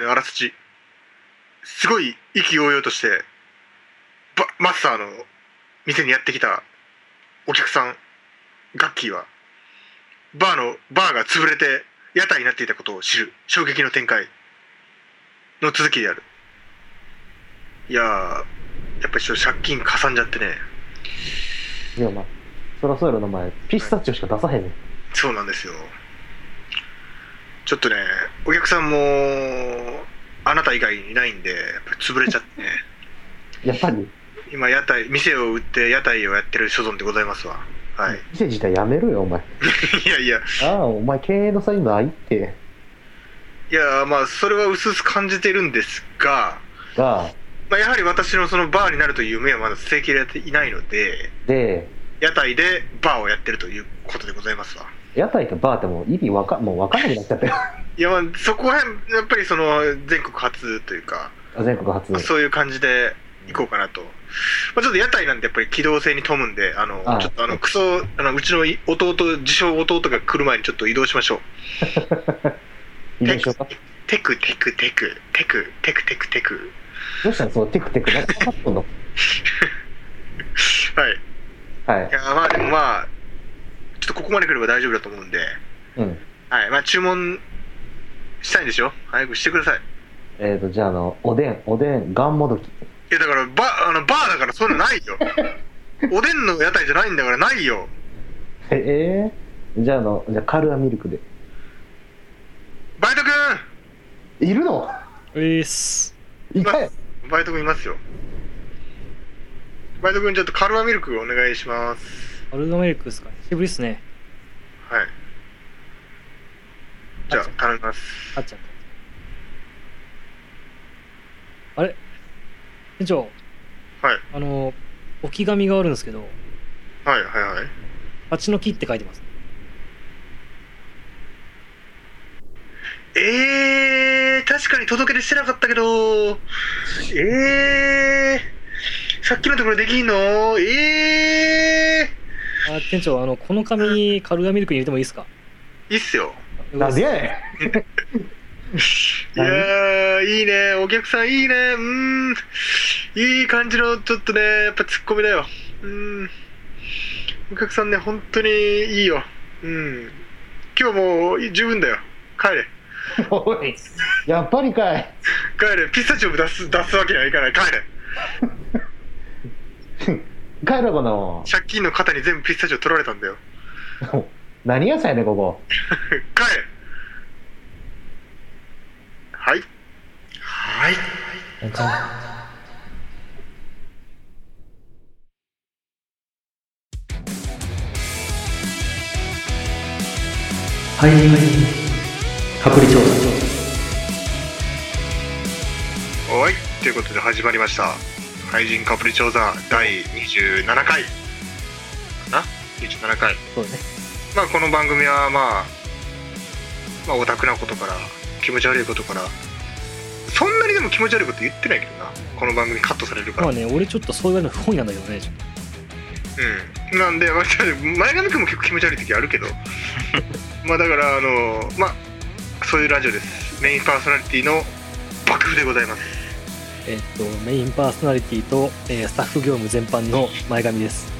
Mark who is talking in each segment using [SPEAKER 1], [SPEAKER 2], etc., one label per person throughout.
[SPEAKER 1] のあらすじすごい意気揚々としてばマスターの店にやってきたお客さんガッキーはバーのバーが潰れて屋台になっていたことを知る衝撃の展開の続きであるいやーやっぱりちょっと借金かさんじゃってね
[SPEAKER 2] でもまあ、そらそうやろな、お前。ピスタチオしか出さへんねん。
[SPEAKER 1] そうなんですよちょっとねお客さんもあなた以外にいないんでやっぱり潰れちゃってね
[SPEAKER 2] やっぱり、
[SPEAKER 1] 今屋台店を売って屋台をやってる所存でございますわ はい
[SPEAKER 2] 店自体やめろよ、お前。
[SPEAKER 1] いやいや
[SPEAKER 2] ああ、お前経営の才能ないって。
[SPEAKER 1] いやまあそれは薄々感じてるんですが、
[SPEAKER 2] が、
[SPEAKER 1] まあ、やはり私のそのバーになるという夢はまだ捨てきれていないので
[SPEAKER 2] で、
[SPEAKER 1] 屋台でバーをやってるということでございますわ
[SPEAKER 2] 屋台とバーってもう意味わか、もうわかんなくなっちゃったよ。
[SPEAKER 1] いやまあそこはやっぱりその全国初というか、
[SPEAKER 2] 全国初
[SPEAKER 1] まあ。そういう感じで行こうかなと、まあ、ちょっと屋台なんてやっぱり機動性に富むんであの
[SPEAKER 2] ああ
[SPEAKER 1] ちょっとあのクソあのうちの弟自称弟が来る前にちょっと移動しましょう
[SPEAKER 2] いいでしょうか
[SPEAKER 1] テクテクテクテクテクテクテク
[SPEAKER 2] どうしたのそのテクテク、なんかっとんの
[SPEAKER 1] はい
[SPEAKER 2] はい
[SPEAKER 1] い。やまあでもまあちょっとここまで来れば大丈夫だと思うんで
[SPEAKER 2] うん。
[SPEAKER 1] はいまあ注文したいんでしょ早くしてください
[SPEAKER 2] えっ、ー、と、じゃあ、あの、おでん、おでん、がんもどき。
[SPEAKER 1] い やだからバあのバーだからそういうのないよおでんの屋台じゃないんだからないよ
[SPEAKER 2] ええー、じゃあ、あの、じゃあ、カルアミルクで。
[SPEAKER 1] バイトく
[SPEAKER 2] いるの
[SPEAKER 3] ういっす
[SPEAKER 2] いたよ。
[SPEAKER 1] んバイトくんいますよバイトくんちょっとカルアミルクお願いします
[SPEAKER 3] アルドメルクですか久しぶりっすね
[SPEAKER 1] はいじゃあ
[SPEAKER 3] あそう
[SPEAKER 1] 頼みます
[SPEAKER 3] あっちゃったあれ店長
[SPEAKER 1] はい
[SPEAKER 3] あの置き紙があるんですけど
[SPEAKER 1] はいはいはい
[SPEAKER 3] 蜂の木って書いてます
[SPEAKER 1] えー、確かに届け出してなかったけど、えー、さっきのところできんのえ
[SPEAKER 3] あ店長あのこの紙カルガミルクに入れてもいいですか
[SPEAKER 1] ー、いいっすよ。
[SPEAKER 2] なんでやねん。
[SPEAKER 1] いやー、いいね、お客さんいいね、うーん、いい感じの、ちょっとね、やっぱツッコミだよ。うーん、お客さんね、本当にいいよ。うん、今日もう十分だよ。帰れ、
[SPEAKER 2] おい、やっぱりかい。
[SPEAKER 1] 帰れ、ピスタチオも出す出すわけにはいかない、帰れ。
[SPEAKER 2] 帰ろう、こんなも
[SPEAKER 1] 借金の肩に全部ピスタチオ取られたんだよ。
[SPEAKER 2] ん。何屋さんやねん、ここ。
[SPEAKER 1] 帰れはいはい
[SPEAKER 2] はい、隔離調査。
[SPEAKER 1] おいということで始まりました「俳人カプリ調査第27回」かな27回
[SPEAKER 3] そうね
[SPEAKER 1] まあこの番組はまあまあオタクなことから気持ち悪いことからそんなにでも気持ち悪いこと言ってないけどなこの番組カットされるから
[SPEAKER 3] まあね俺ちょっとそういうの不本意なんだけどねちょっと
[SPEAKER 1] うん、なんで、まあ、ちょっと前髪くんも結構気持ち悪い時あるけ どまあだからあのまあそういうラジオですメインパーソナリティの爆風でございます
[SPEAKER 3] えっとメインパーソナリティと、えースタッフ業務全般の前髪です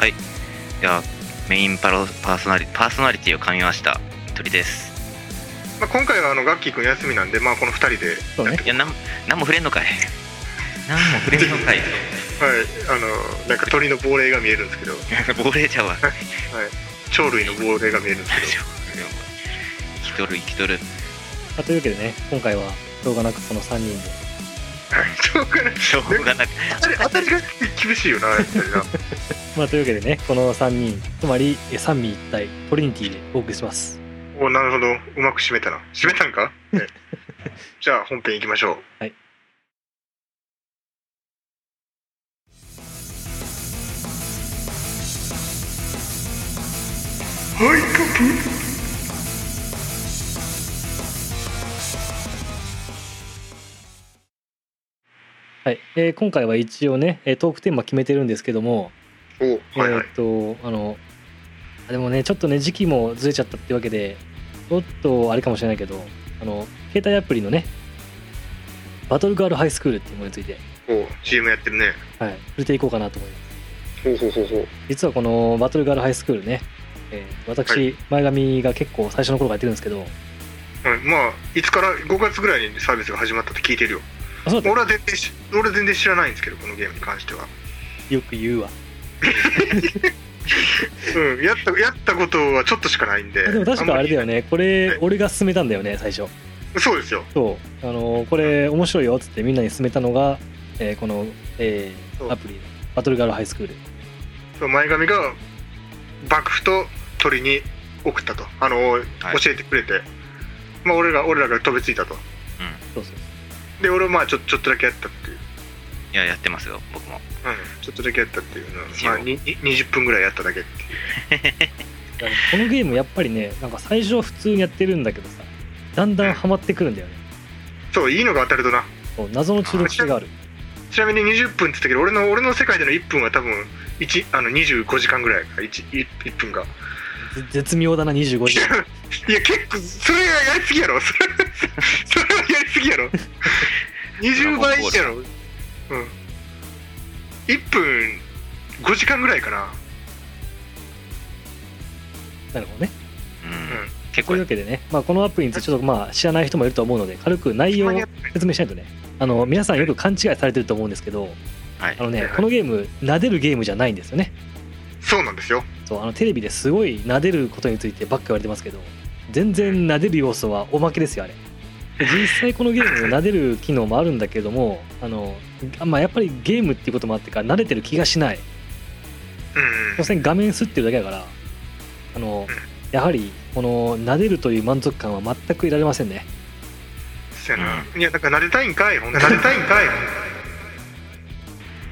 [SPEAKER 4] いやメインパロパーソナリパーソナリティを噛みました鳥です
[SPEAKER 1] まあ、今回はあのガッキーくん休みなんでまあこの2人で、はい、
[SPEAKER 3] そうね
[SPEAKER 4] いやなん何も触れんの かい何も触れんの かい
[SPEAKER 1] あのなんか鳥の亡霊が見えるんですけど
[SPEAKER 4] 亡霊ちゃうわ
[SPEAKER 1] 鳥類の亡霊が見えるんですけど
[SPEAKER 4] 生きとる生きとる
[SPEAKER 3] まあというわけでね今回はしょうがなくこの3人で
[SPEAKER 1] はいし ょうがない
[SPEAKER 4] しょうがなく
[SPEAKER 1] あれ当たりが厳しいよなやっぱり な
[SPEAKER 3] まあというわけでねこの3人つまりえー三位一体トリニティでお送りします
[SPEAKER 1] おなるほどうまく締めたな締めたんか、 ね、じゃあ本編いきましょう
[SPEAKER 3] はい
[SPEAKER 1] はいカップ
[SPEAKER 3] はい、えー今回は一応ねえートークテーマ決めてるんですけども、
[SPEAKER 1] おはいはい、
[SPEAKER 3] えーっとあのあでもねちょっとね時期もずれちゃったってわけでちょっとあれかもしれないけどあの携帯アプリのねバトルガールハイスクールっていうものについて、
[SPEAKER 1] ほう CM やってるね
[SPEAKER 3] はい、触れていこうかなと思います
[SPEAKER 1] ほうほうほうほう
[SPEAKER 3] 実はこのバトルガールハイスクールね、えー
[SPEAKER 1] は
[SPEAKER 3] 私前髪が結構最初の頃からやってるんですけど
[SPEAKER 1] うんまあいつから5月ぐらいにサービスが始まったって聞いて るよ
[SPEAKER 3] あそうだっ
[SPEAKER 1] 俺は全然し俺は全然知らないんですけどこのゲームに関しては
[SPEAKER 3] たよく言うわ
[SPEAKER 1] うんやったやったことはちょっとしかないんで
[SPEAKER 3] あでも確かあれだよねこれ俺が勧めたんだよね最初
[SPEAKER 1] そうですよ
[SPEAKER 3] そうあのこれ面白いよっつってみんなに勧めたのが、えーこの、えー
[SPEAKER 1] そう
[SPEAKER 3] アプリバトルガールハイスクール
[SPEAKER 1] そう前髪が幕府と鳥に送ったとあの、
[SPEAKER 4] はい
[SPEAKER 1] 教えてくれて、まあ、俺が俺らが飛びついたと
[SPEAKER 3] そうそう
[SPEAKER 1] で俺もまあちょちょっとだけやったっていう、
[SPEAKER 4] いや、やってますよ、僕も。
[SPEAKER 1] うん、ちょっとだけやったっていうのは、
[SPEAKER 4] 一応
[SPEAKER 1] まあ、にに20分ぐらいやっただけっていう
[SPEAKER 3] いやでもこのゲームやっぱりねなんか最初は普通にやってるんだけどさだんだんハマってくるんだよね
[SPEAKER 1] そういいのが当たるとな
[SPEAKER 3] そう謎の中毒性がある
[SPEAKER 1] ちなみに20分って言ったけど俺の俺の世界での1分は多分1あの25時間ぐらいか 1, 1分が
[SPEAKER 3] ぜ絶妙だな25時間
[SPEAKER 1] いや結構それはやりすぎやろそ れそれはやりすぎやろ20倍やろうん1分5時間ぐらいかな
[SPEAKER 3] なるほ どね
[SPEAKER 4] うん。
[SPEAKER 1] ん
[SPEAKER 3] と
[SPEAKER 4] 結構
[SPEAKER 3] いう
[SPEAKER 4] や
[SPEAKER 3] わ
[SPEAKER 4] っ
[SPEAKER 3] けでね、まあ、このアプリについてちょっとまあ知らない人もいると思うので軽く内容を説明しないとねあの皆さんよく勘違いされてると思うんですけど
[SPEAKER 4] はい
[SPEAKER 3] あ
[SPEAKER 1] は
[SPEAKER 3] の
[SPEAKER 1] い
[SPEAKER 3] ね
[SPEAKER 1] はい
[SPEAKER 3] このゲーム撫でるゲームじゃないんですよね
[SPEAKER 1] そうなんですよ
[SPEAKER 3] そうあのテレビですごい撫でることについてばっか言われてますけど全然撫でる要素はおまけですよあれで実際このゲーム撫でる機能もあるんだけどもあの、あまあ、やっぱりゲームっていうこともあってか慣れてる気がしない
[SPEAKER 1] うん
[SPEAKER 3] 所詮画面すってるだけだからあのやはりこの撫でるという満足感は全く得られませんね
[SPEAKER 1] そうやな、いやなんか慣れたいんかいほんな慣れたいんかい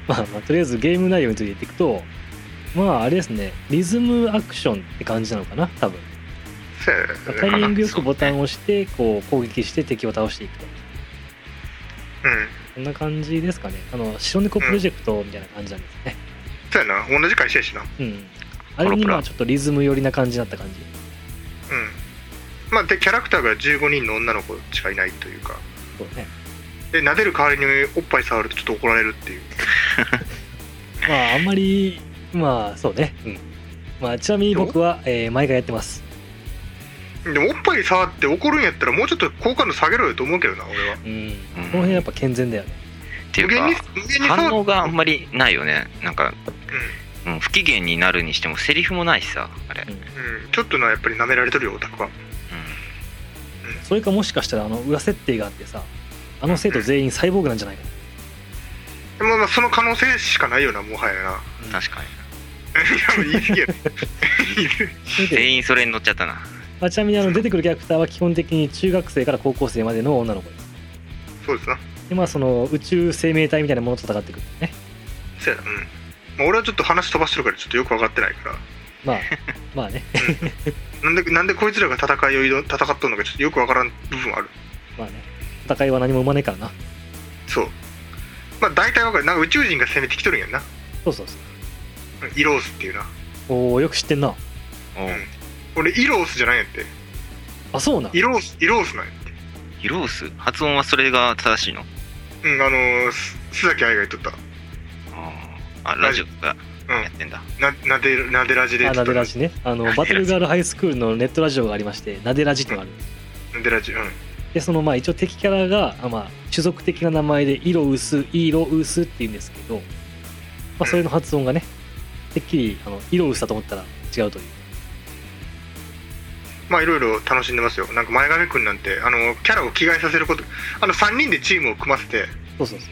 [SPEAKER 3] まあ、まあとりあえずゲーム内容について言っていくとまああれですねリズムアクションって感じなのかな多分
[SPEAKER 1] そうや
[SPEAKER 3] まあ
[SPEAKER 1] な
[SPEAKER 3] タイミングよくボタンを押してこう攻撃して敵を倒していくと
[SPEAKER 1] うん
[SPEAKER 3] こんな感じですかねあの白猫プロジェクトみたいな感じなんですね
[SPEAKER 1] そうやな同じ会社やしなうん
[SPEAKER 3] うん、あれにま
[SPEAKER 4] コロプ
[SPEAKER 3] あ
[SPEAKER 4] ラ
[SPEAKER 3] ちょっとリズム寄りな感じになった感じ
[SPEAKER 1] まあでキャラクターが15人の女の子しかいないというか
[SPEAKER 3] そうね
[SPEAKER 1] で撫でる代わりにおっぱい触るとちょっと怒られるっていう
[SPEAKER 3] まああんまりまあそうねうんまあちなみに僕は、えー毎回やってます
[SPEAKER 1] でもおっぱい触って怒るんやったらもうちょっと好感度下げろよと思うけどな俺は
[SPEAKER 3] うんこの辺やっぱ健全だよね
[SPEAKER 4] てい
[SPEAKER 1] 無限に
[SPEAKER 4] うか、
[SPEAKER 1] 無限に
[SPEAKER 4] 反
[SPEAKER 1] 触
[SPEAKER 4] 応
[SPEAKER 1] っ
[SPEAKER 4] があんまりないよね。なんか、うん、不機嫌になるにしても、セリフもないしさ、あれ。うん。
[SPEAKER 1] うん、ちょっとなやっぱり舐められてるよオタクは
[SPEAKER 3] それかもしかしたらあの裏設定があってさあの生徒全員サイボーグなんじゃないかな
[SPEAKER 1] でもまあその可能性しかないよなも はやな
[SPEAKER 4] 確かに。
[SPEAKER 1] いや言い過ぎやろ
[SPEAKER 3] それで
[SPEAKER 4] 全員それに乗っちゃったな。
[SPEAKER 3] まあ、ちなみにあの出てくるキャラクターは基本的に中学生から高校生までの女の子です
[SPEAKER 1] そうですな
[SPEAKER 3] でまあその宇宙生命体みたいなものと戦ってくるんだよね
[SPEAKER 1] そうやなうん、まあ、俺はちょっと話飛ばしてるからちょっとよく分かってないから
[SPEAKER 3] ま あまあね
[SPEAKER 1] なんでなんでこいつらが戦いを挑ん戦っとんのかちょっとよくわからん部分ある
[SPEAKER 3] まあね戦いは何も生まねえからな
[SPEAKER 1] そうまあ大体わかるなんか宇宙人が攻めてきとるんやんな
[SPEAKER 3] そうそうそ
[SPEAKER 1] イロースっていうな
[SPEAKER 3] うおおよく知ってんな
[SPEAKER 4] おう
[SPEAKER 1] 俺イロースじゃないんやって
[SPEAKER 3] あそうなん
[SPEAKER 1] イロースイロースなんやって
[SPEAKER 4] ヒロース発音はそれが正しいの
[SPEAKER 1] うんあのー、す須崎愛が言っとった
[SPEAKER 4] あ、ラジオが
[SPEAKER 1] うん
[SPEAKER 4] やってんだ。
[SPEAKER 1] ななでなでラジで言
[SPEAKER 3] あ
[SPEAKER 1] っと
[SPEAKER 3] な
[SPEAKER 1] った
[SPEAKER 3] でラジねあのバトルガールハイスクールのネットラジオがありましてなでラジってのがある
[SPEAKER 1] なでラジうん
[SPEAKER 3] でそのまあ一応敵キャラが、あまあ、種族的な名前でイロウスイロウスって言うんですけど、まあ、それの発音がねてっきりあのイロウスだと思ったら違うという
[SPEAKER 1] まあいろいろ楽しんでますよなんか前髪くんなんてあのーキャラを着替えさせることあの3人でチームを組ませて
[SPEAKER 3] そうそうそ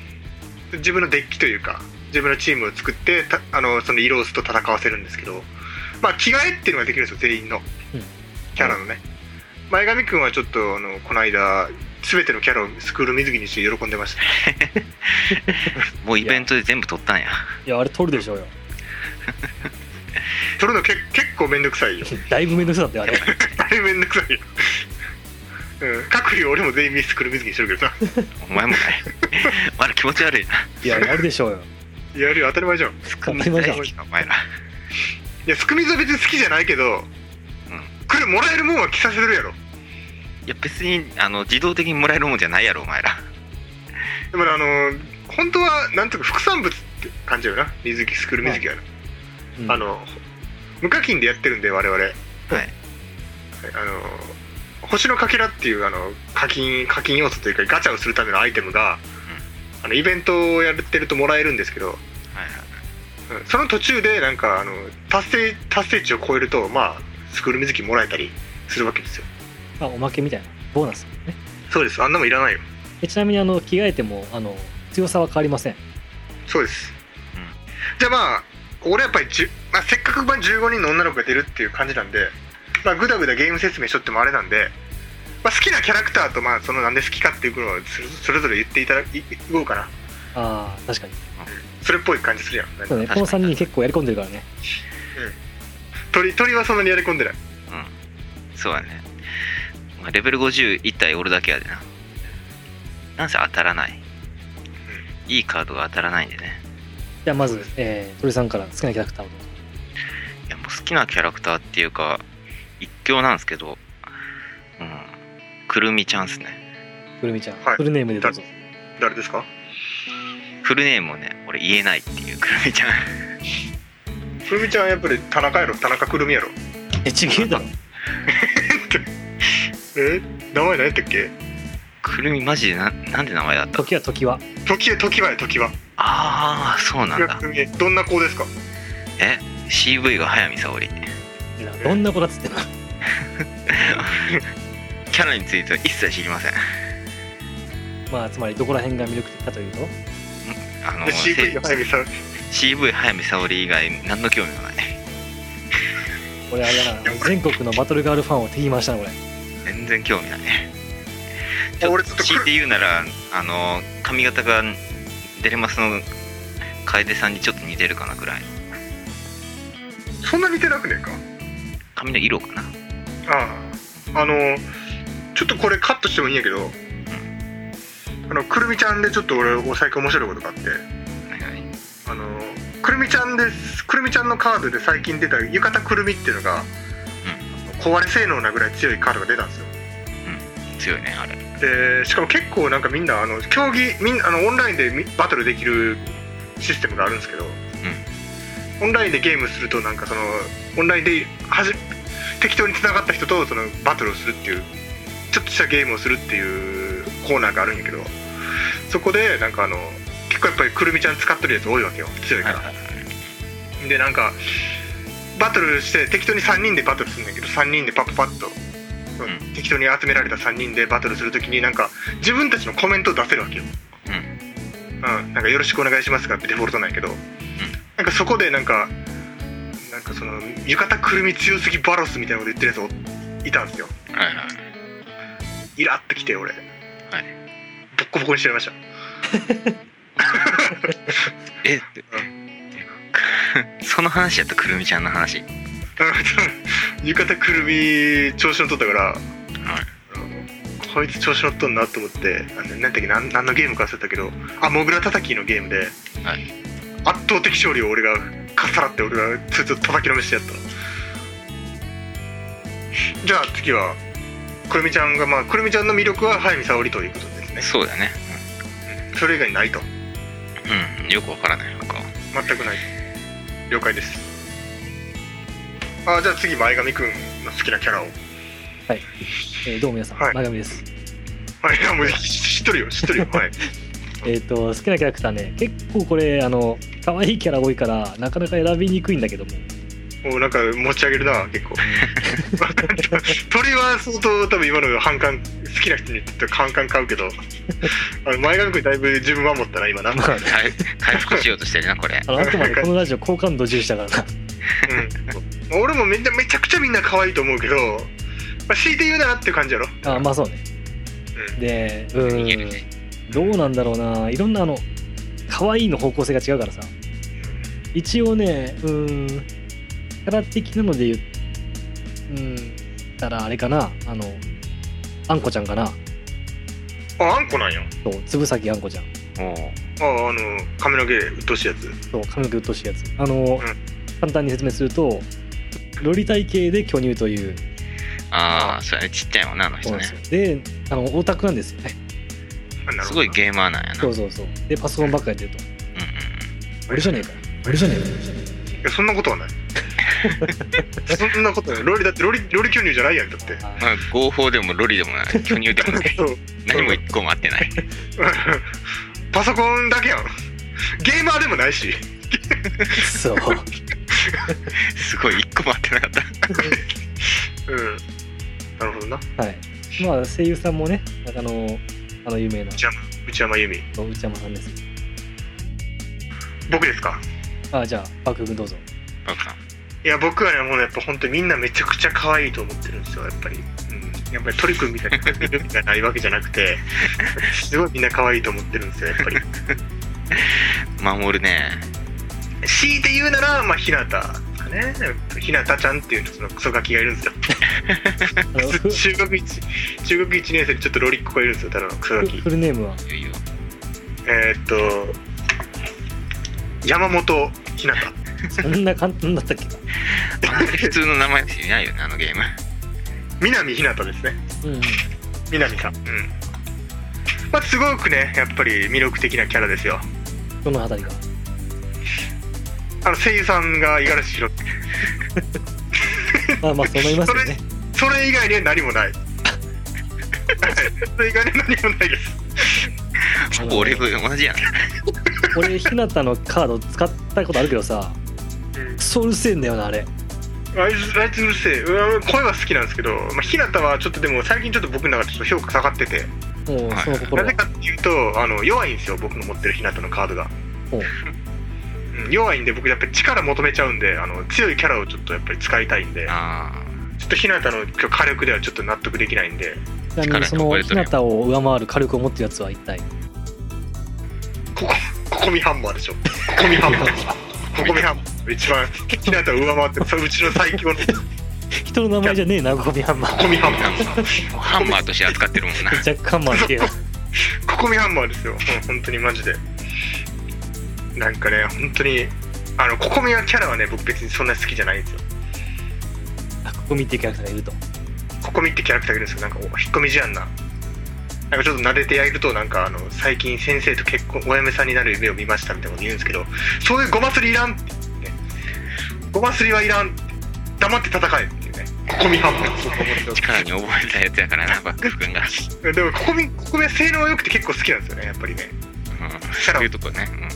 [SPEAKER 3] う
[SPEAKER 1] 自分のデッキというか自分のチームを作ってたあのそのイロースと戦わせるんですけど、まあ、着替えっていうのができるんですよ全員の、
[SPEAKER 3] うん
[SPEAKER 1] キャラのね前髪くんはちょっとあのこの間全てのキャラをスクール水着にして喜んでました
[SPEAKER 4] もうイベントで全部撮ったんや。
[SPEAKER 3] いやあれ取るでしょうよ
[SPEAKER 1] それのけ結構めんどくさいよ
[SPEAKER 3] だいぶ面倒くさかったよ
[SPEAKER 1] あ
[SPEAKER 3] あれ
[SPEAKER 1] れめんどくさいようん、各よ俺も全員スクール水着にしてるけどさ
[SPEAKER 4] お前もかい。 まだ気持ち悪いな。
[SPEAKER 3] いややるでしょうよ
[SPEAKER 1] やるよ当たり前じゃんい
[SPEAKER 3] 当たり前じゃん
[SPEAKER 4] 大好きなお前ら。
[SPEAKER 1] やスク水は別に好きじゃないけど、これもらえるもんは着させてるやろ
[SPEAKER 4] いや別にあの自動的にもらえるもんじゃないやろお前ら
[SPEAKER 1] でもねあの本当はなんとか副産物って感じだよな水着スクール水着はな、
[SPEAKER 3] うん
[SPEAKER 1] あの無課金でやってるんで我々はい
[SPEAKER 4] はい
[SPEAKER 1] あの星のかけらっていうあの課金課金要素というかガチャをするためのアイテムが、あのイベントをやってるともらえるんですけど、
[SPEAKER 4] はい
[SPEAKER 1] うんその途中でなんかあの達成達成値を超えるとまあスクール水着もらえたりするわけですよ
[SPEAKER 3] まあおまけみたいなボーナスね
[SPEAKER 1] そうですあんなもんいらないよ
[SPEAKER 3] でちなみにあの着替えてもあの強さは変わりません
[SPEAKER 1] そうです、
[SPEAKER 4] うん
[SPEAKER 1] じゃあまあ俺やっぱりじゅ、まあ、せっかくまあ15人の女の子が出るっていう感じなんで、まあ、ぐだぐだゲーム説明しとってもあれなんで、まあ、好きなキャラクターとまあそのなんで好きかっていうのをそれそれぞれ言っていただいいこうかな
[SPEAKER 3] ああ確かに
[SPEAKER 1] それっぽい感じするやんなんか
[SPEAKER 3] そうね
[SPEAKER 4] 確か
[SPEAKER 3] この
[SPEAKER 4] に
[SPEAKER 3] 3人結構やり込んでるからね
[SPEAKER 1] 鳥鳥はそんなにやり込んでない
[SPEAKER 4] そうだね、まあ、レベル50一体俺だけやでななんせ当たらないいいカードが当たらないんでね
[SPEAKER 3] じゃあまず、えー、鳥さんから好きなキャラクターをどうぞ
[SPEAKER 4] いやもう好きなキャラクターっていうか一強なんですけどうんくるみちゃんっすね
[SPEAKER 3] くるみちゃん、
[SPEAKER 1] はい
[SPEAKER 3] フルネームでどうぞ
[SPEAKER 1] 誰ですか
[SPEAKER 4] フルネームをね俺言えないっていうくるみちゃん
[SPEAKER 1] くるみちゃんはやっぱり田中やろ田中くるみやろ
[SPEAKER 3] えちげえだろ
[SPEAKER 1] え名前何やったっけ
[SPEAKER 4] くるみマジでななんで名前だった
[SPEAKER 3] 時は時は
[SPEAKER 1] 時は時はや時は
[SPEAKER 4] ああそうなんだ
[SPEAKER 1] くるみどんな子ですか
[SPEAKER 4] え CV が早見沙織
[SPEAKER 3] いやどんな子だっつってんの
[SPEAKER 4] キャラについては一切知りません
[SPEAKER 3] まあつまりどこら辺が魅力的かというと
[SPEAKER 4] あの
[SPEAKER 1] で CV が
[SPEAKER 4] せ
[SPEAKER 1] 早見さん
[SPEAKER 4] CV 早見沙織以外何の興味もない
[SPEAKER 3] 俺あれだな全国のバトルガールファンを敵に回したなこれ
[SPEAKER 4] 全然興味ないね
[SPEAKER 1] 俺ちょっと
[SPEAKER 4] 強いて言うならあの髪型がデレマスの楓さんにちょっと似てるかなぐらい
[SPEAKER 1] そんな似てなくねえか
[SPEAKER 4] 髪の色かな
[SPEAKER 1] あああのちょっとこれカットしてもいいんやけどあのくるみちゃんでちょっと俺最近面白いことがあって
[SPEAKER 4] はいはい
[SPEAKER 1] あのくるみちゃんですくるみちゃんのカードで最近出た浴衣くるみっていうのが、壊れ性能なぐらい強いカードが出たんですよ
[SPEAKER 4] 強いねあれ
[SPEAKER 1] でしかも結構なんかみんなあの競技みんなあのオンラインでみバトルできるシステムがあるんですけど、オンラインでゲームするとなんかそのオンラインではじ適当に繋がった人とそのバトルをするっていうちょっとしたゲームをするっていうコーナーがあるんやけどそこでなんかあの結構やっぱりくるみちゃん使ってるやつ多いわけよ強いから、でなんかバトルして適当に3人でバトルするんだけど3人でパッパッと、
[SPEAKER 4] ん
[SPEAKER 1] 適当に集められた3人でバトルするときになんか自分たちのコメントを出せるわけよ、うんなんか「よろしくお願いします」がデフォルトなんやけど、なんかそこでなんかなんかその浴衣くるみ強すぎバロスみたいなこと言ってるやついたんですよ
[SPEAKER 4] はいはい
[SPEAKER 1] イラってきて俺はいボッコボコにしちゃいました
[SPEAKER 4] えって その話やったくるみちゃんの話
[SPEAKER 1] うん 浴衣くるみ調子乗っとったから、あのこいつ調子乗っとんなと思ってあの何だっけなん何のゲームか忘れたけどあモグラ叩きのゲームで、
[SPEAKER 4] はい
[SPEAKER 1] 圧倒的勝利を俺がかっさらって俺がずっと叩きのめしてやったのじゃあ次はくるみちゃんがまあくるみちゃんの魅力は早見沙織ということですね
[SPEAKER 4] そうだね
[SPEAKER 1] それ以外ないと
[SPEAKER 4] うん、うん、よくわからないなんか
[SPEAKER 1] 全くない了解ですあじゃあ次前髪くんの好きなキャラを
[SPEAKER 3] えーどうも皆さん、
[SPEAKER 1] はい
[SPEAKER 3] 前髪です
[SPEAKER 1] はい、いやもう知っとるよ、知っとるよ。はい。
[SPEAKER 3] えっ、と好きなキャラクターね結構これあの可愛いキャラ多いからなかなか選びにくいんだけども
[SPEAKER 1] もうなんか持ち上げるな、 結構。鳥は相当多分今の反感、好きな人にとっては反感買うけど、あの前髪君だいぶ自分守ったな、今な。うん。
[SPEAKER 3] まあね
[SPEAKER 4] 回回復しようとしてるなこれ
[SPEAKER 3] あのあくまでこのラジオ好感度重視だからな
[SPEAKER 1] 俺もめちゃめちゃくちゃみんな可愛いと思うけど、まあ、強いて言うなっていう感じやろ。
[SPEAKER 3] あまあそうね
[SPEAKER 1] うん
[SPEAKER 3] でう
[SPEAKER 4] 逃げる
[SPEAKER 3] ー
[SPEAKER 4] ね
[SPEAKER 3] んどうなんだろうないろんなあの可愛いの方向性が違うからさ一応ねうーんキャラ的なので言ううんたらあれかなあのあんこちゃんかな
[SPEAKER 1] あ、あんこなんや。
[SPEAKER 3] そうつぶさきあんこちゃん
[SPEAKER 4] おう
[SPEAKER 1] ああ、あの、髪の毛、うっとうしいやつ。
[SPEAKER 3] そう髪の毛うっとうしいやつあの、
[SPEAKER 1] ん
[SPEAKER 3] 簡単に説明するとロリ体系で巨乳という
[SPEAKER 4] ああそうやねちっちゃいもんねあの
[SPEAKER 3] そうなん
[SPEAKER 4] 人ね
[SPEAKER 3] ですよであのオタクなんですよね
[SPEAKER 1] あなるほど
[SPEAKER 4] すごいゲーマーなんやな
[SPEAKER 3] そううそうそうでパソコンばっかやってると
[SPEAKER 4] んうんうん
[SPEAKER 3] 俺じゃねえか俺じゃねえか
[SPEAKER 1] いやそんなことはない そんなことないロリだってロリロリ巨乳じゃないやんだ って
[SPEAKER 3] あ
[SPEAKER 4] まあ合法でもロリでもない巨乳で もない
[SPEAKER 1] そう
[SPEAKER 4] 何も一個も合ってない
[SPEAKER 1] パソコンだけやんゲーマーでもないし
[SPEAKER 3] ーそう
[SPEAKER 4] すごい一個も合ってなかった
[SPEAKER 1] うんなるほどな
[SPEAKER 3] はいまあ声優さんもねあのあの有名な
[SPEAKER 1] 内山内山由美
[SPEAKER 3] 内山さんです
[SPEAKER 1] 僕ですか
[SPEAKER 3] あじゃあバック君どうぞ
[SPEAKER 4] バカ
[SPEAKER 1] いや僕はねもうねやっぱ本当にみんなめちゃくちゃ可愛いと思ってるんですよやっぱり、うん、やっぱりトリ君みたいな見るみたいないわけじゃなくて すごいみんな可愛いと思ってるんですよやっぱり
[SPEAKER 4] 守るね
[SPEAKER 1] 強いて言うならまあひなたですかねひなたちゃんっていうそのクソガキがいるんですよ
[SPEAKER 3] あ のふ
[SPEAKER 1] 中学1中学1年生でちょっとロリッコがいるんですよただのクソガ
[SPEAKER 3] ふ
[SPEAKER 1] キ
[SPEAKER 3] フルネームはい
[SPEAKER 4] よいよ
[SPEAKER 1] えーっと山本ひなた
[SPEAKER 3] そんな簡単だったっけ
[SPEAKER 4] あんまり普通の名前しないよねあのゲーム
[SPEAKER 1] 南ひなたですね
[SPEAKER 3] うんうん
[SPEAKER 1] 南さんうんまあすごくねやっぱり魅力的なキャラですよ
[SPEAKER 3] どの辺りが
[SPEAKER 1] あの声優さんが五十嵐ひろ
[SPEAKER 3] まあまあそうなりますよね
[SPEAKER 1] それ以外には何もないそれ以外には何もないです
[SPEAKER 3] あ
[SPEAKER 4] ほ
[SPEAKER 3] の
[SPEAKER 4] ぼ俺と同じやん
[SPEAKER 3] 俺ひなたのカード使ったことあるけどさクソうるせえんだよなあれ
[SPEAKER 1] あいつあいつうるせえうん声は好きなんですけど、まあ、日向はちょっとでも最近ちょっと僕の中でちょっと評価下がってて
[SPEAKER 3] もうその
[SPEAKER 1] な
[SPEAKER 3] 心は
[SPEAKER 1] ぜかっていうとあの弱いんですよ僕の持ってる日向のカードが
[SPEAKER 3] ほう
[SPEAKER 1] うん弱いんで僕やっぱり力求めちゃうんであの強いキャラをちょっとやっぱり使いたいんで
[SPEAKER 4] ああ
[SPEAKER 1] ちょっと日向の火力ではちょっと納得できないんで
[SPEAKER 3] ちなみにそのひなたを上回る火力を持ってるやつは一体
[SPEAKER 1] ここここみハンマーでしょここみハンマー ここみハンマー一番日向を上回ってるそううちの最強のこ
[SPEAKER 3] 人の名前じゃねえなゴミハン マー
[SPEAKER 1] こみハンマー
[SPEAKER 4] ハンマーとして扱ってるも んな
[SPEAKER 3] 若干マンっていう
[SPEAKER 1] ここみハンマーですよ、うん本当にマジで。なんかね、本当に、あの、ここみはキャラはね、僕別にそんなに好きじゃないんですよ。
[SPEAKER 3] ゴミっていうキャラ クターがいると
[SPEAKER 1] ここみってキャラクターがいるんですよ、なんかお引っ込み思案な。なんかちょっと撫でてやると、なんかあの、最近先生と結婚、お嫁さんになる夢を見ましたみたいなこと言うんですけど、そういうごますりいらんって言って、ね、ごますりはいらんって、黙って戦えっていうね、ここみハンマーそう思ってます
[SPEAKER 4] 力に覚えたやつやからなバック君が、
[SPEAKER 1] でも、ここみ、ここみは性能が良くて結構好きなんですよね、やっぱりね。
[SPEAKER 4] うん、そういうとこね、うん
[SPEAKER 1] うん。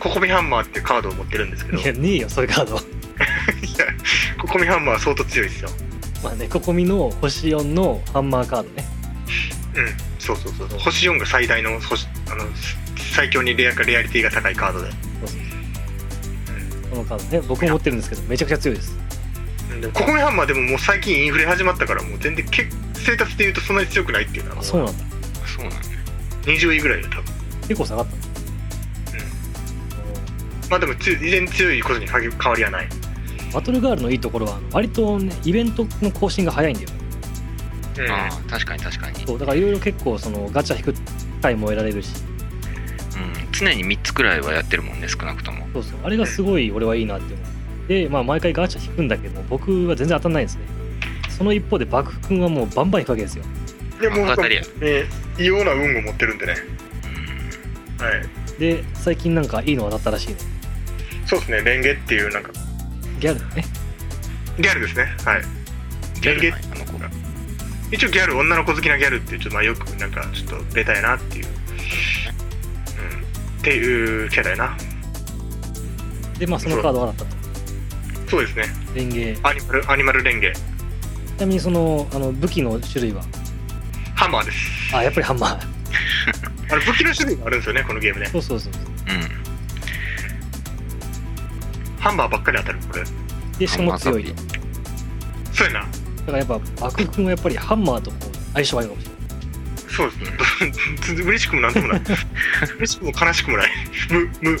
[SPEAKER 1] ここみハンマーっていうカードを持ってるんですけど
[SPEAKER 3] い。やねえよそういうカード
[SPEAKER 1] いや、 ココミハンマーは相当強いですよ。
[SPEAKER 3] まあねココミの星4のハンマーカードね
[SPEAKER 1] うん、そうそうそうそう。星4が最大の星あのす最強にレアかレアリティが高いカードで。
[SPEAKER 3] このカードね僕も持ってるんですけどめちゃくちゃ強いです
[SPEAKER 1] うんでもココミハンマーでももう最近インフレ始まったからもう全然け生活で言うとそんなに強くないっていうのは
[SPEAKER 3] あそうなんだ
[SPEAKER 4] そうなんだ
[SPEAKER 1] 20位ぐらいで多分。
[SPEAKER 3] 結構下がったね
[SPEAKER 1] まあでも強い依然強いことに限変わりはない。
[SPEAKER 3] バトルガールのいいところはあの割とねイベントの更新が早いんだよ
[SPEAKER 1] うん、
[SPEAKER 4] ああ確かに確かに、う
[SPEAKER 3] そうだからいろいろ結構そのガチャ引く機会も得られるし
[SPEAKER 4] ん、常に3つくらいはやってるもんね少なくとも
[SPEAKER 3] そうそうあれがすごい俺はいいなって思うでまあ毎回ガチャ引くんだけど僕は全然当たんないんですねその一方で爆風君はもうバンバン引くわけですよ
[SPEAKER 1] でも
[SPEAKER 4] あ
[SPEAKER 1] 僕
[SPEAKER 4] 当
[SPEAKER 1] は
[SPEAKER 4] た、りや、
[SPEAKER 1] えー異様な運を持ってるんでね。
[SPEAKER 4] うん、
[SPEAKER 1] はい。
[SPEAKER 3] で最近なんかいいの当たったらしいね
[SPEAKER 1] そうですね。レンゲっていうなんか
[SPEAKER 3] ギャルだね
[SPEAKER 1] ギャルですね。はい。
[SPEAKER 4] ギャルないあの子が
[SPEAKER 1] 一応ギャル女の子好きなギャルっていうちょっとまあよくなんかちょっとベタやなっていう、うん、っていうキャラやな
[SPEAKER 3] でまあそのカードが当たったと
[SPEAKER 1] そうですね
[SPEAKER 3] 連携
[SPEAKER 1] アニマルアニマルレンゲ
[SPEAKER 3] ちなみにそのあの武器の種類は
[SPEAKER 1] ハンマーです
[SPEAKER 3] あやっぱりハンマー
[SPEAKER 1] あの武器の種類があるんですよねこのゲームね
[SPEAKER 3] そうそうそう
[SPEAKER 4] うん
[SPEAKER 1] ハンマーばっかり当たるこれ
[SPEAKER 3] でしかも強い
[SPEAKER 4] ハ
[SPEAKER 3] と
[SPEAKER 4] ン
[SPEAKER 3] だ
[SPEAKER 1] そうやな
[SPEAKER 3] からやっぱ爆風君はやっぱりハンマーとこう相性がいいかもしれない
[SPEAKER 1] そうですね嬉しくもなんとも ない嬉しくも悲しくもないむむ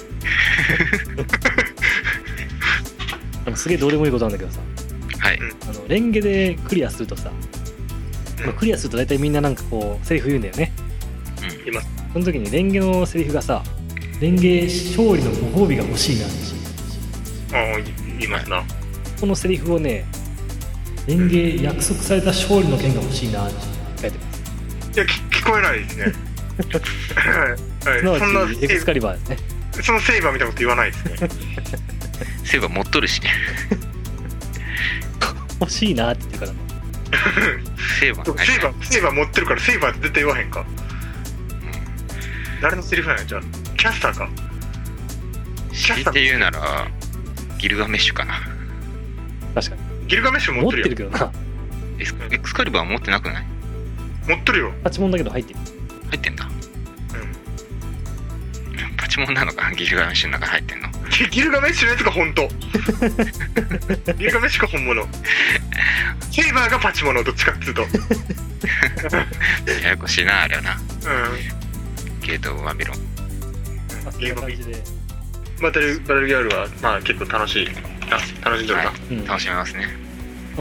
[SPEAKER 3] あのすげえどうでもいいことなんだけどさ
[SPEAKER 4] はい
[SPEAKER 3] あのレンゲでクリアするとさ、まあクリアすると大体みんななんかこうセリフ言うんだよね
[SPEAKER 4] うん
[SPEAKER 3] その時にレンゲのセリフがさレンゲ勝利のご褒美が欲しいなって
[SPEAKER 1] ああ言いますな
[SPEAKER 3] このセリフをね園芸約束された勝利の剣が欲しいなって書いてます
[SPEAKER 1] いや聞聞こえない ですねはい、
[SPEAKER 3] すな
[SPEAKER 1] はい、そんな
[SPEAKER 3] わちエクスカリバーですね
[SPEAKER 1] そのセイバーみたいなこと言わないですね
[SPEAKER 4] セーバー持っとるし ね。
[SPEAKER 3] 欲しいなって言ってるから
[SPEAKER 4] セーバーない
[SPEAKER 1] セイバーセイバー持ってるからセイバーって絶対言わへんか誰のセリフなんやじゃあキャスターか
[SPEAKER 4] 強いて言うなら、ギルガメッシュかな。
[SPEAKER 3] 確かに
[SPEAKER 1] ギルガメッシュ持
[SPEAKER 3] 持
[SPEAKER 1] っ
[SPEAKER 3] ってて
[SPEAKER 1] る
[SPEAKER 3] る
[SPEAKER 1] よ
[SPEAKER 3] けどな
[SPEAKER 4] エスエクスカリバーは持ってなくない
[SPEAKER 1] 持ってるよ、
[SPEAKER 3] 8問だけど入ってる
[SPEAKER 4] 入ってんだ。パチモンなのかなギルガメッシュの中に入ってんの。
[SPEAKER 1] うん、ギルガメッシュのやつが本 当ギルガメッシュが本物セイバーがパチモノどっちかっつう と、うん、
[SPEAKER 4] ややこしいな、あれはな。ゲート・オブ・バビロン。
[SPEAKER 3] まあそんな感じで、
[SPEAKER 1] バトルバトルギャルはまあ結構楽しいあ楽しんでるな、
[SPEAKER 4] は
[SPEAKER 3] うん
[SPEAKER 4] 楽しめますね。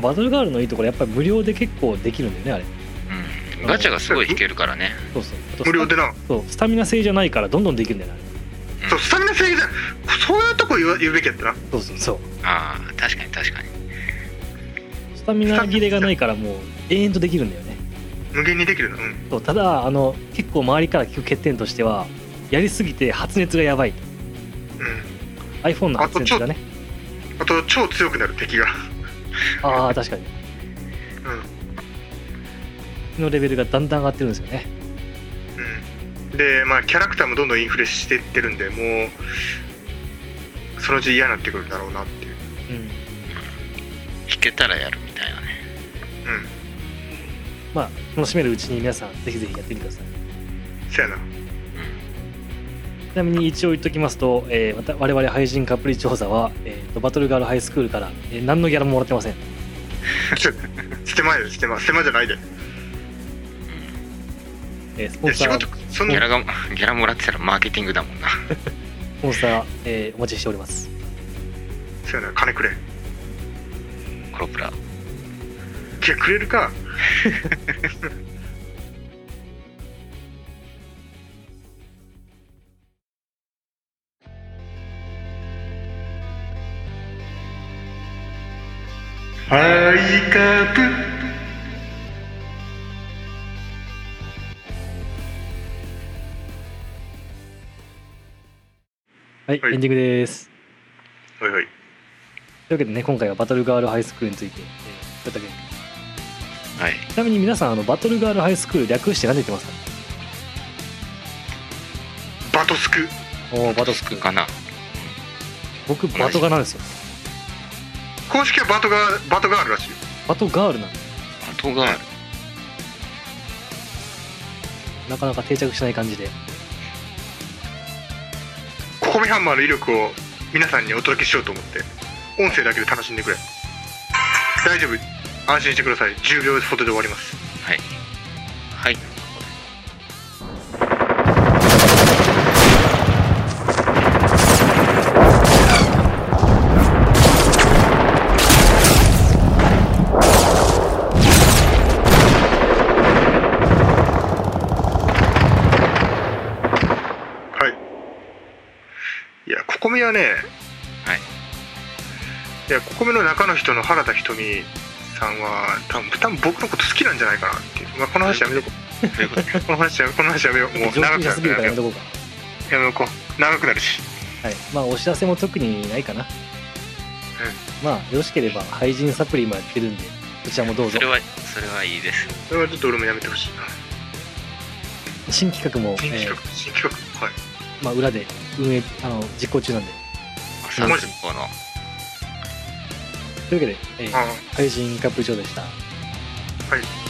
[SPEAKER 3] バトルガールのいいところやっぱり無料で結構できるんだよねあ
[SPEAKER 4] うん。ガチャがすごい引けるからね。
[SPEAKER 3] れそうそうあと
[SPEAKER 1] 無料でな
[SPEAKER 3] そうスタミナ性じゃないからどんどんできるんだよねあ
[SPEAKER 4] うん
[SPEAKER 1] そうスタミナ制限そういうとこ言わ言うべきやったな
[SPEAKER 3] れそうそうそう
[SPEAKER 4] ああ、確かに確かに。
[SPEAKER 3] スタミナ切れがないからもう永遠とできるんだよね
[SPEAKER 1] 無限にできるなうん
[SPEAKER 3] そうただあの結構周りから聞く欠点としてはやりすぎて発熱がやばい
[SPEAKER 1] うん
[SPEAKER 3] iPhone の発熱がね
[SPEAKER 1] あと超強くなる敵が
[SPEAKER 3] ああ確かにのレベルがだんだん上がってるんですよね
[SPEAKER 1] うん、うん、でまあキャラクターもどんどんインフレしてってるんでもうそのうち嫌になってくるんだろうなっていう
[SPEAKER 3] うん
[SPEAKER 4] 引けたらやるみたいなね。
[SPEAKER 3] まあ楽しめるうちに皆さんぜひぜひやってみてください
[SPEAKER 1] うんそやな
[SPEAKER 3] ちなみに一応言っときますと、えーまた我々配信カプリ調査は、えーとバトルガールハイスクールから、えー何のギャラももらってません
[SPEAKER 1] ちょステマよステマステマじゃないで
[SPEAKER 3] えース
[SPEAKER 1] い
[SPEAKER 3] ポ
[SPEAKER 1] や
[SPEAKER 3] ン
[SPEAKER 1] 仕
[SPEAKER 3] サー
[SPEAKER 1] 事そん
[SPEAKER 4] ギ
[SPEAKER 1] な
[SPEAKER 4] ャラが、ギャラもらってたらマーケティングだもんな。
[SPEAKER 3] スポンサー、えーお待ちしております
[SPEAKER 1] そやな金くれい
[SPEAKER 4] コロプラ。
[SPEAKER 1] やくれるかハイカップ
[SPEAKER 3] はい、
[SPEAKER 1] はい
[SPEAKER 3] エンディングです
[SPEAKER 1] はいはい
[SPEAKER 3] というわけでね今回はバトルガールハイスクールについて、えー、語ってみ
[SPEAKER 4] はい。
[SPEAKER 3] ちなみに皆さんあのバトルガールハイスクール略して何て言ってますか
[SPEAKER 1] バトスク
[SPEAKER 3] おおバ
[SPEAKER 4] バ
[SPEAKER 3] ト
[SPEAKER 4] ト
[SPEAKER 3] ス
[SPEAKER 4] ス
[SPEAKER 3] ク
[SPEAKER 4] ク
[SPEAKER 3] ール
[SPEAKER 4] かな。
[SPEAKER 3] 僕バトガなんですよ
[SPEAKER 1] 公式はバトガーバトガールらしいよ
[SPEAKER 3] バトガールなんで
[SPEAKER 4] バトガール。
[SPEAKER 3] なかなか定着しない感じで
[SPEAKER 1] ココミハンマーの威力を皆さんにお届けしようと思って音声だけで楽しんでくれ大丈夫安心してください10秒ほどで終わります
[SPEAKER 4] はい。はい。
[SPEAKER 1] はいいやココミはね
[SPEAKER 4] はい
[SPEAKER 1] いやココミの中の人の原田瞳さんは多分多分僕のこと好きなんじゃないかなっていう、まあ、この話やめとこ
[SPEAKER 4] ということで
[SPEAKER 1] うこの話やめこの話やめようもう長く
[SPEAKER 3] 上級者
[SPEAKER 1] なる
[SPEAKER 3] すぎ
[SPEAKER 1] か
[SPEAKER 3] るからら
[SPEAKER 1] や
[SPEAKER 3] やめとこうか
[SPEAKER 1] めようこう長くなるし
[SPEAKER 3] はいまあお知らせも特にないかな、まあよろしければ廃人サプリもやってるんでこちらもどうぞ
[SPEAKER 4] それは、それはいいです。
[SPEAKER 1] それはちょっと俺もやめてほしいな
[SPEAKER 3] 新企画も、
[SPEAKER 1] 新企
[SPEAKER 3] え
[SPEAKER 1] 画、
[SPEAKER 3] ー
[SPEAKER 1] 新企画はい
[SPEAKER 3] まあ、裏で運営あの実行中なんで
[SPEAKER 4] 朝の方の。
[SPEAKER 3] というわけで、えー
[SPEAKER 1] あ
[SPEAKER 3] 配信カップ以上でした。
[SPEAKER 1] はい。